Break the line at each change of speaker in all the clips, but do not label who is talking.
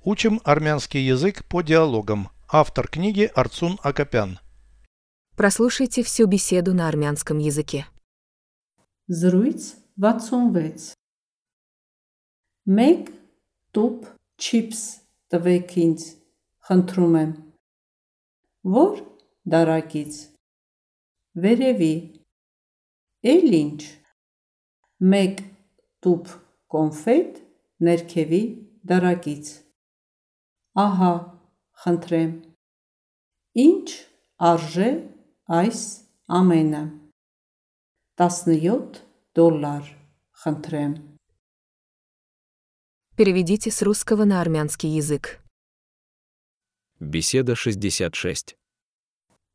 Учим армянский язык по диалогам. Автор книги Арцун Акопян.
Прослушайте всю беседу на армянском языке.
Զրույց 66 Մեկ տուփ չիփս տվեք ինձ, խնդրում եմ։ Որ դարակից։ Վերևի։ Էլ ինչ։ Մեկ տուփ կոնֆետ ներքևի դարակից։ Ահա, խնդրեմ։ Ինչ արժե այս ամենը։ 17 դոլար, խնդրեմ։
Переведите с русского на армянский язык.
Беседа 66.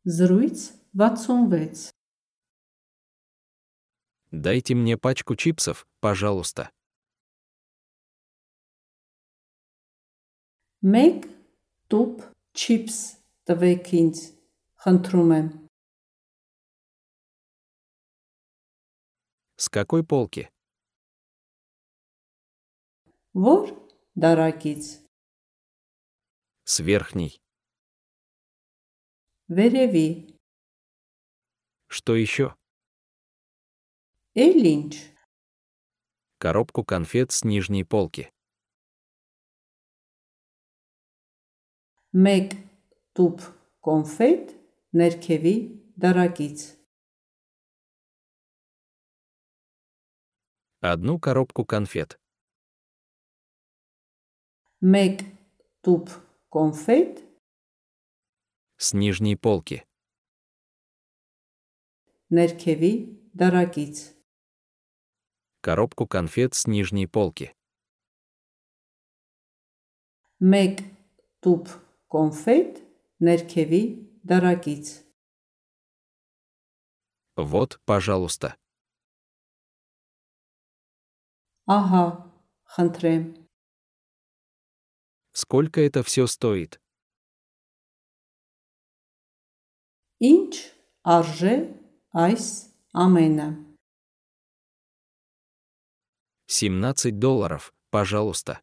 Զրույց 66
Дайте мне пачку чипсов, пожалуйста.
Մեկ տուփ չիփս տվեք ինձ, խնդրում եմ։
С какой полки?
Որ դարակից։
С верхней.
Վերևի։
Что еще?
Էլ ինչ։
Коробку конфет с нижней полки.
Մեկ տուփ կոնֆետ ներքևի դարակից։
Одну коробку конфет.
Մեկ տուփ կոնֆետ
С нижней полки.
ներքևի դարակից։
Коробку конфет с нижней полки.
Մեկ տուփ կոնֆետ ներքևի դարակից։
Вот, пожалуйста.
Ահա, խնդրեմ։
Сколько это все стоит?
Ինչ արժե այս ամենը։
17 долларов, пожалуйста.